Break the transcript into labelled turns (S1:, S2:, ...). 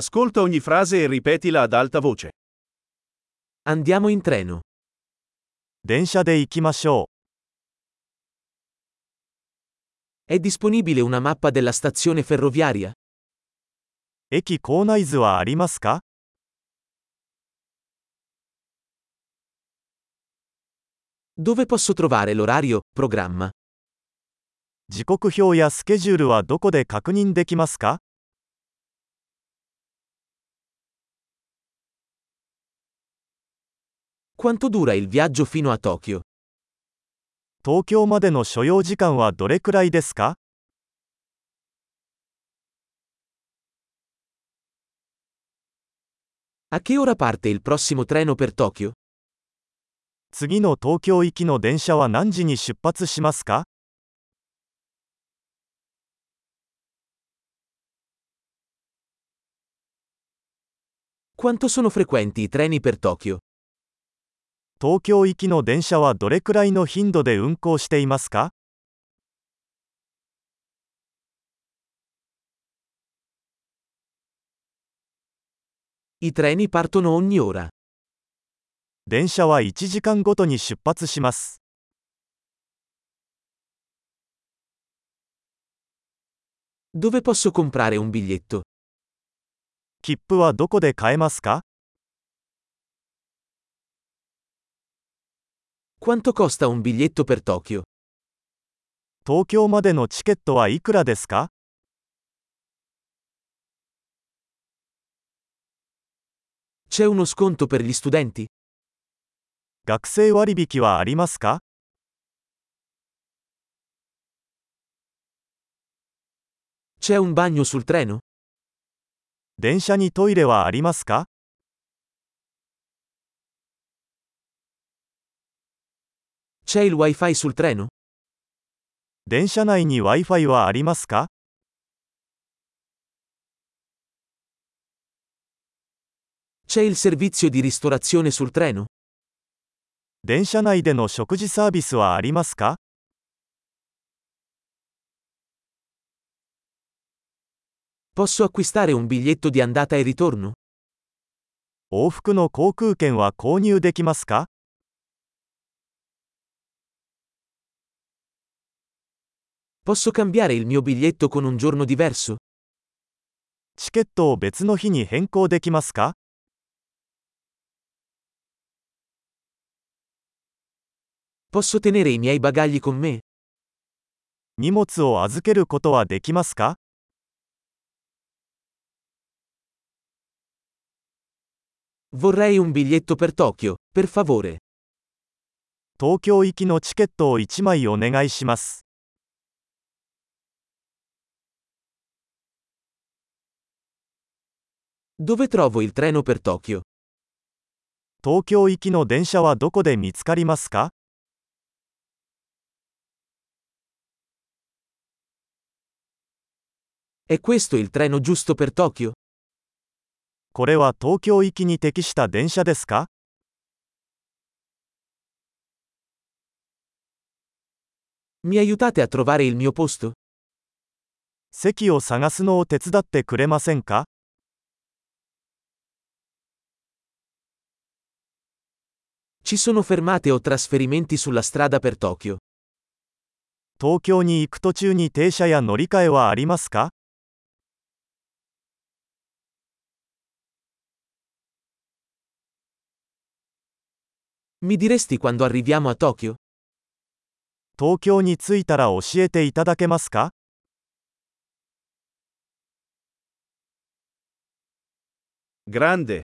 S1: Ascolta ogni frase e ripetila ad alta voce.
S2: Andiamo in treno.
S3: 電車で行きましょ
S2: È disponibile una mappa della stazione ferroviaria?
S3: う。駅構内図はありますか
S2: Dove posso trovare l'orario, programma?
S3: 時刻表やスケジュールはどこで確認できますか
S2: Quanto dura il viaggio fino a Tokyo?
S3: 東京までの所要時間はどれくらいですか
S2: A che ora parte il prossimo treno per Tokyo?
S3: 次の東京行きの電車は何時に出発しますか
S2: Quanto sono frequenti i treni per Tokyo?
S3: 東京行きの電車はどれくらいの頻度で運行していますか
S2: I treni partono ogni ora.
S3: 電車は1時間ごとに出発します。
S2: Dove posso comprare un biglietto?
S3: 切符はどこで買えますか
S2: Quanto costa un biglietto per Tokyo?
S3: 東京までのチケットはいくらですか
S2: C'è uno sconto per gli studenti?
S3: 学生割引はありますか
S2: C'è un bagno sul treno?
S3: 電車にトイレはありますか
S2: C'è il wifi sul treno?
S3: 電車内に Wi-Fi はありますか
S2: C'è il servizio di ristorazione sul treno?
S3: 電車内での食事サービスはありますか
S2: Posso acquistare un biglietto di andata e ritorno?
S3: 往復の航空券は購入できますか
S2: Posso cambiare il mio biglietto con un giorno diverso?
S3: チケットを別の日に変更できますか
S2: Posso tenere i miei bagagli con me?
S3: 荷物を預けることはできますか
S2: Vorrei un biglietto per Tokyo, per favore.
S3: 東京行きのチケットを1枚お願いします。
S2: Dove trovo il treno per Tokyo?
S3: 東京行きの電車はどこで見つかりますか
S2: È questo il treno giusto per Tokyo?
S3: これは東京行きに適した電車ですか
S2: Mi aiutate a trovare il mio posto?
S3: 席を探すのを手伝ってくれませんか
S2: Ci sono fermate o trasferimenti sulla strada per Tokyo?
S3: 東京に行く途中に停車や乗り換えはありますか
S2: Mi diresti quando arriviamo a Tokyo?
S3: 東京に着いたら教えていただけますか
S1: Grande.